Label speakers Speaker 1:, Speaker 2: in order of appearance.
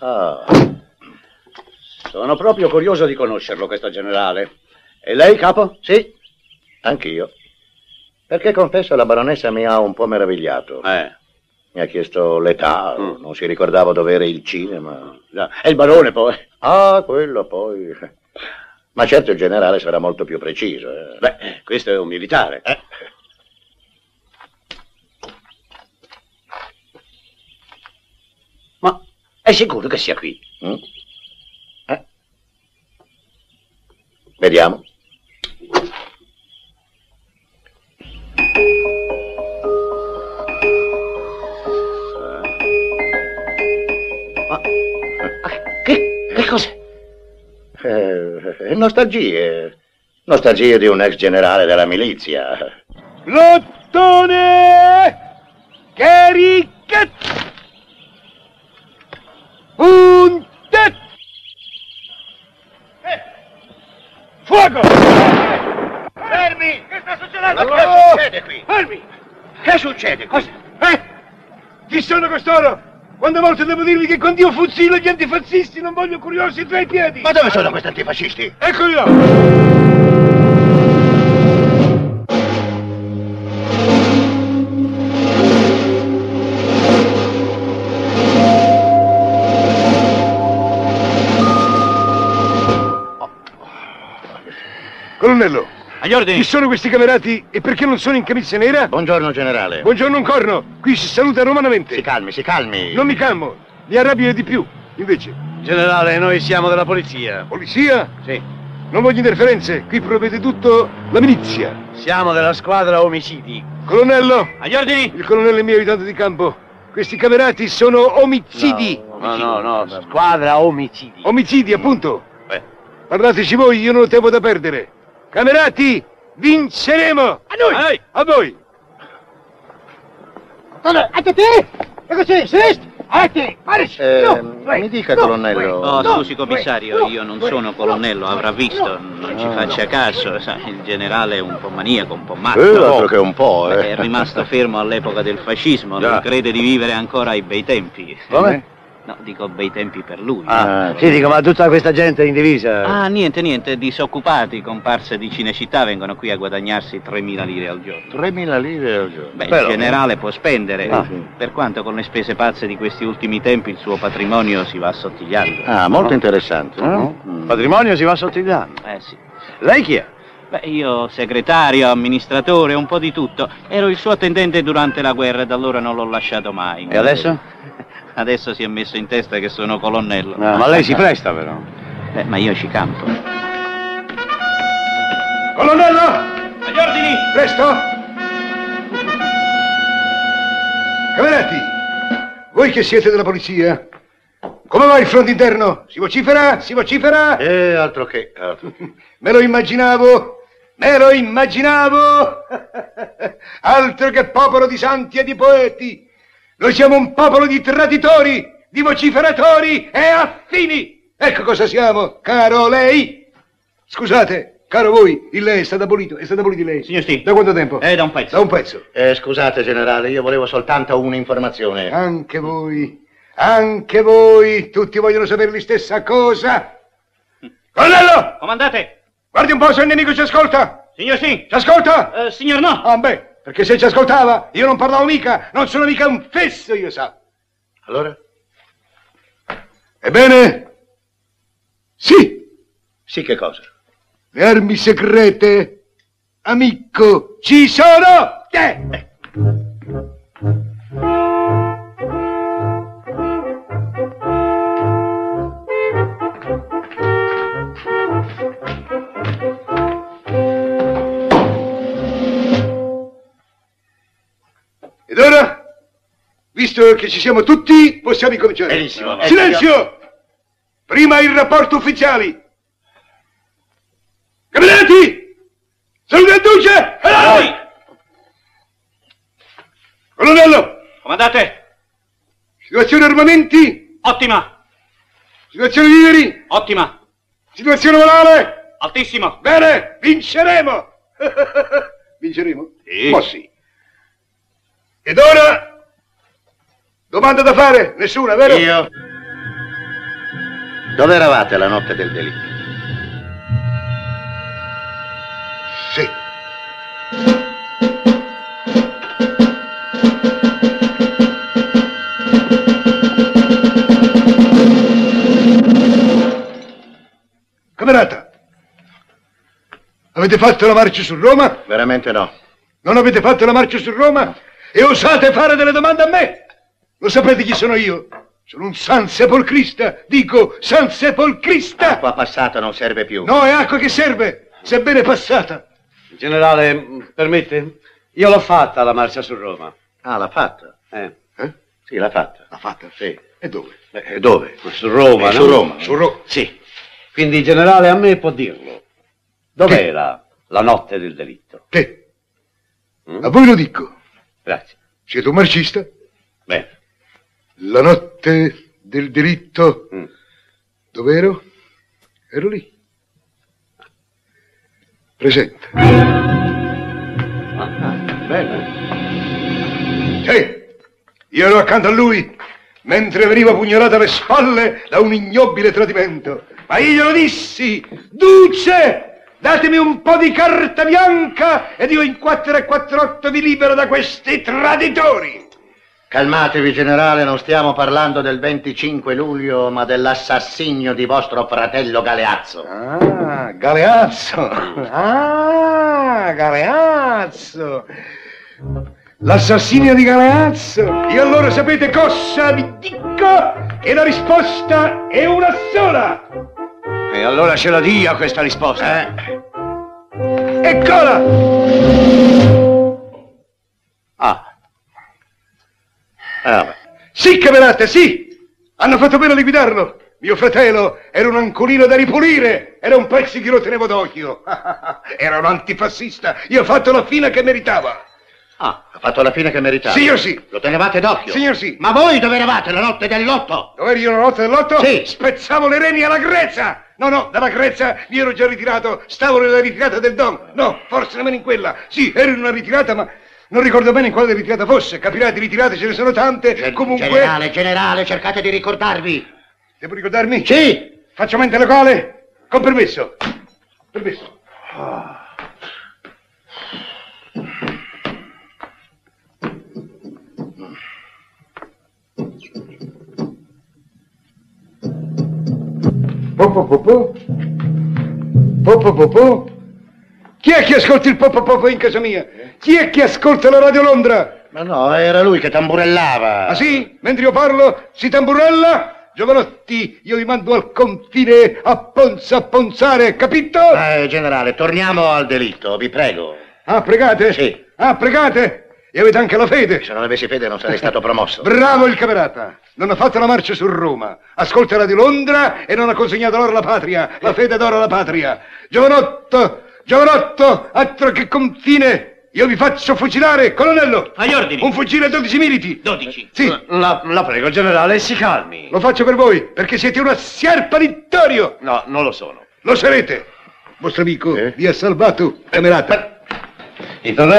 Speaker 1: Ah.
Speaker 2: Sono proprio curioso di conoscerlo, questo generale. E lei, capo?
Speaker 1: Sì, anch'io. Perché confesso la baronessa mi ha un po' meravigliato.
Speaker 2: Eh.
Speaker 1: Mi ha chiesto l'età,
Speaker 2: Mm.
Speaker 1: non si ricordava dove era il cinema.
Speaker 2: già. E il barone, poi?
Speaker 1: Ah, quello poi. Ma certo il generale sarà molto più preciso. eh.
Speaker 2: Beh, questo è un militare.
Speaker 1: Eh.
Speaker 2: Ma è sicuro che sia qui?
Speaker 1: Mm? Eh? Vediamo.
Speaker 2: Ma che, che cos'è?
Speaker 1: Eh, nostalgie. Nostalgie di un ex generale della milizia.
Speaker 3: Lottone! Caricat! Puntet! Eh. Fuoco! Fermi! Che sta succedendo?
Speaker 2: qui?
Speaker 3: oh, Fermi!
Speaker 2: Che succede
Speaker 3: Cosa? Eh? Chi sono costoro? Quante volte devo dirvi che con Dio fuzzilo gli antifascisti non voglio curiosi tra i piedi?
Speaker 2: dove sono questi antifascisti?
Speaker 3: Eccoli là! Colonnello,
Speaker 2: Agli ordini.
Speaker 3: chi sono questi camerati e perché non sono in camicia nera?
Speaker 1: Buongiorno generale.
Speaker 3: Buongiorno un corno, qui si saluta
Speaker 1: Si
Speaker 3: romanamente.
Speaker 1: calmi, si calmi.
Speaker 3: Non mi calmo, mi arrabbio di più. Invece,
Speaker 2: Generale, noi siamo della polizia.
Speaker 3: polizia,
Speaker 2: Sì.
Speaker 3: non voglio interferenze, qui provvede tutto la milizia.
Speaker 2: Siamo della squadra omicidi.
Speaker 3: Colonnello,
Speaker 2: Agli ordini.
Speaker 3: il colonnello è mio aiutante di campo. Questi camerati sono omicidi.
Speaker 2: No, no, no, squadra omicidi. Eh.
Speaker 3: Omicidi, appunto.
Speaker 2: Beh.
Speaker 3: Parlateci voi, io non ho tempo da perdere. Camerati, vinceremo! A
Speaker 2: noi! A noi!
Speaker 3: A voi!
Speaker 4: Allora, a te! E così, sest! A te! Marci!
Speaker 1: Eh,
Speaker 4: No, vai,
Speaker 1: mi dica,
Speaker 4: no,
Speaker 1: colonnello.
Speaker 4: vai,
Speaker 5: Oh,
Speaker 4: no,
Speaker 5: scusi commissario,
Speaker 4: vai, no,
Speaker 5: io non
Speaker 4: vai,
Speaker 5: sono
Speaker 4: no,
Speaker 5: colonnello, avrà
Speaker 4: vai,
Speaker 5: visto,
Speaker 4: no,
Speaker 5: non
Speaker 4: vai,
Speaker 5: ci
Speaker 4: no,
Speaker 5: faccia
Speaker 4: vai,
Speaker 5: caso,
Speaker 4: vai.
Speaker 5: sa, il generale è un po' maniaco, un po' matto.
Speaker 1: Eh, altro che un po', eh.
Speaker 5: Perché È rimasto fermo all'epoca del fascismo,
Speaker 2: Già.
Speaker 5: non crede di vivere ancora ai bei tempi.
Speaker 1: Come?
Speaker 5: No, dico bei tempi per lui.
Speaker 1: Ah, sì, dico, ma tutta questa gente in divisa.
Speaker 5: Ah, niente, niente, disoccupati, comparse di Cinecittà vengono qui a guadagnarsi 3.000 lire al giorno.
Speaker 1: 3.000 lire al giorno.
Speaker 5: Beh,
Speaker 1: Però-
Speaker 5: il generale può spendere,
Speaker 1: Ah, sì.
Speaker 5: per quanto con le spese pazze di questi ultimi tempi il suo patrimonio si va assottigliando.
Speaker 1: Ah, molto interessante. Mm.
Speaker 2: Eh? Patrimonio si va sottigliando.
Speaker 5: Eh sì.
Speaker 2: Lei chi è?
Speaker 5: Beh, io segretario, amministratore, un po' di tutto. Ero il suo attendente durante la guerra e da allora non l'ho lasciato mai.
Speaker 2: E adesso?
Speaker 5: Adesso si è messo in testa che sono colonnello.
Speaker 1: Ah.
Speaker 2: No, ma lei si presta però.
Speaker 5: Beh, ma io ci campo.
Speaker 3: Colonnello,
Speaker 5: Agli ordini!
Speaker 3: presto! Camerati, voi che siete della polizia, come va il fronte interno? Si vocifera? Si vocifera?
Speaker 1: Eh, altro che. altro che.
Speaker 3: Me lo immaginavo, me lo immaginavo! Altro che popolo di santi e di poeti! Noi siamo un popolo di traditori, di vociferatori e affini! Ecco cosa siamo, caro lei! Scusate, caro voi, il lei è stato abolito, è stato abolito lei.
Speaker 5: Signor Stì.
Speaker 3: Da quanto tempo?
Speaker 5: Eh, da un pezzo.
Speaker 3: Da un pezzo.
Speaker 1: Eh, scusate, generale, io volevo soltanto un'informazione.
Speaker 2: Eh?
Speaker 3: Anche voi, anche voi, tutti vogliono sapere la stessa cosa.
Speaker 5: Mm.
Speaker 3: Colonnello,
Speaker 5: Comandate!
Speaker 3: guardi un po' se il nemico ci ascolta.
Speaker 5: Signor sì!
Speaker 3: Ci ascolta?
Speaker 5: Eh, signor no!
Speaker 3: Ah, beh, perché se ci ascoltava, io non parlavo mica, non sono mica un fesso, io sa.
Speaker 1: Allora?
Speaker 3: Ebbene, sì,
Speaker 1: Sì, che cosa?
Speaker 3: le armi segrete, amico, ci sono te! Ed ora, visto che ci siamo tutti, possiamo incominciare.
Speaker 1: Benissimo.
Speaker 3: Silenzio! Prima il rapporto ufficiali. Caminati! Saluta il duce! E a noi! Colonnello,
Speaker 5: Comandate!
Speaker 3: situazione armamenti,
Speaker 5: Ottima!
Speaker 3: situazione viveri,
Speaker 5: Ottima!
Speaker 3: situazione morale.
Speaker 5: Altissimo!
Speaker 3: Bene, vinceremo! vinceremo?
Speaker 5: Sì.
Speaker 3: Ma sì. Ed ora, domanda da fare, nessuna, vero?
Speaker 1: Io. Dove eravate la notte del delitto?
Speaker 3: Sì. Camerata, avete fatto la marcia su Roma?
Speaker 1: Veramente no.
Speaker 3: Non avete fatto la marcia su Roma? E osate fare delle domande a me? Lo sapete chi sono io? Sono un san sepolcrista, dico san sepolcrista!
Speaker 1: Acqua passata non serve più.
Speaker 3: No, è acqua che serve, sebbene passata.
Speaker 6: Generale, mh, permette? Io l'ho fatta la marcia su Roma.
Speaker 1: Ah, l'ha fatta.
Speaker 6: Eh.
Speaker 3: Eh?
Speaker 1: Sì, l'ha fatta.
Speaker 3: L'ha fatta?
Speaker 1: Sì.
Speaker 3: E dove?
Speaker 1: Eh, dove?
Speaker 6: Su Roma,
Speaker 1: Eh,
Speaker 6: no?
Speaker 1: su Roma.
Speaker 3: Su Roma.
Speaker 6: Sì. Quindi, generale, a me può dirlo. Dov'era la notte del delitto?
Speaker 3: Te.
Speaker 6: Mm?
Speaker 3: A voi lo dico.
Speaker 6: Grazie.
Speaker 3: Siete un marcista?
Speaker 6: Bene.
Speaker 3: La notte del delitto.
Speaker 6: Mm.
Speaker 3: Dove ero? Ero lì. Presente.
Speaker 6: Ah, bene.
Speaker 3: Sì, io ero accanto a lui mentre veniva pugnalato alle spalle da un ignobile tradimento. Ma io glielo dissi, Duce, datemi un po' di carta bianca ed io in 4 e 48 vi libero da questi traditori.
Speaker 1: Calmatevi, generale, non stiamo parlando del 25 luglio, ma dell'assassinio di vostro fratello Galeazzo.
Speaker 3: Ah, Galeazzo. Ah, Galeazzo. L'assassinio di Galeazzo. E allora sapete cosa vi dico? E la risposta è una sola.
Speaker 6: E allora ce la dia questa risposta. Eh?
Speaker 3: Eccola!
Speaker 6: Ah,
Speaker 1: Ah, beh.
Speaker 3: Sì, camerate, sì! Hanno fatto bene a liquidarlo! Mio fratello era un anculino da ripulire! Era un pezzo che lo tenevo d'occhio! era un antifascista! Io ho fatto la fine che meritava!
Speaker 1: Ah, ha fatto la fine che meritava.
Speaker 3: Signor sì!
Speaker 1: Lo tenevate d'occhio?
Speaker 3: Signor sì!
Speaker 1: Ma voi dove eravate la notte dell'otto?
Speaker 3: Dove ero io la notte dell'otto?
Speaker 1: Sì.
Speaker 3: Spezzavo le reni alla Grezza! No, no, dalla Grezza mi ero già ritirato, stavo nella ritirata del Don. No, forse nemmeno in quella. Sì, ero in una ritirata, ma non ricordo bene in quale ritirata fosse. Capirate, ritirate ce ne sono tante.
Speaker 1: Gen-
Speaker 3: Comunque.
Speaker 1: Generale, generale, cercate di ricordarvi.
Speaker 3: Devo ricordarmi?
Speaker 1: Sì,
Speaker 3: Faccio mente locale? Con permesso. Permesso. Po po po po. Po po po po. Chi è che ascolta il po po po po in casa mia? Chi è che ascolta la Radio Londra?
Speaker 1: Ma no, era lui che tamburellava.
Speaker 3: Ah sì? Mentre io parlo si tamburella? Giovanotti, io vi mando al confine a ponza a ponzare, capito?
Speaker 1: Eh, generale, torniamo al delitto, vi prego.
Speaker 3: Ah, pregate?
Speaker 1: Sì.
Speaker 3: Ah, pregate? E avete anche la fede?
Speaker 1: Se non avessi fede non sarei stato promosso.
Speaker 3: Bravo il camerata! Non ha fatto la marcia su Roma, ascolterà di Londra e non ha consegnato loro la patria, la fede d'oro alla patria. Giovanotto, giovanotto, altro che confine! Io vi faccio fucilare, colonnello!
Speaker 5: Agli ordini.
Speaker 3: Un fucile a 12 militi!
Speaker 5: 12.
Speaker 3: Sì,
Speaker 6: la, la prego, generale, si calmi.
Speaker 3: lo faccio per voi, perché siete una sierpa di Torio!
Speaker 6: No, non lo sono.
Speaker 3: Lo sarete! Vostro amico
Speaker 1: Eh?
Speaker 3: vi ha salvato, camerata.
Speaker 6: Il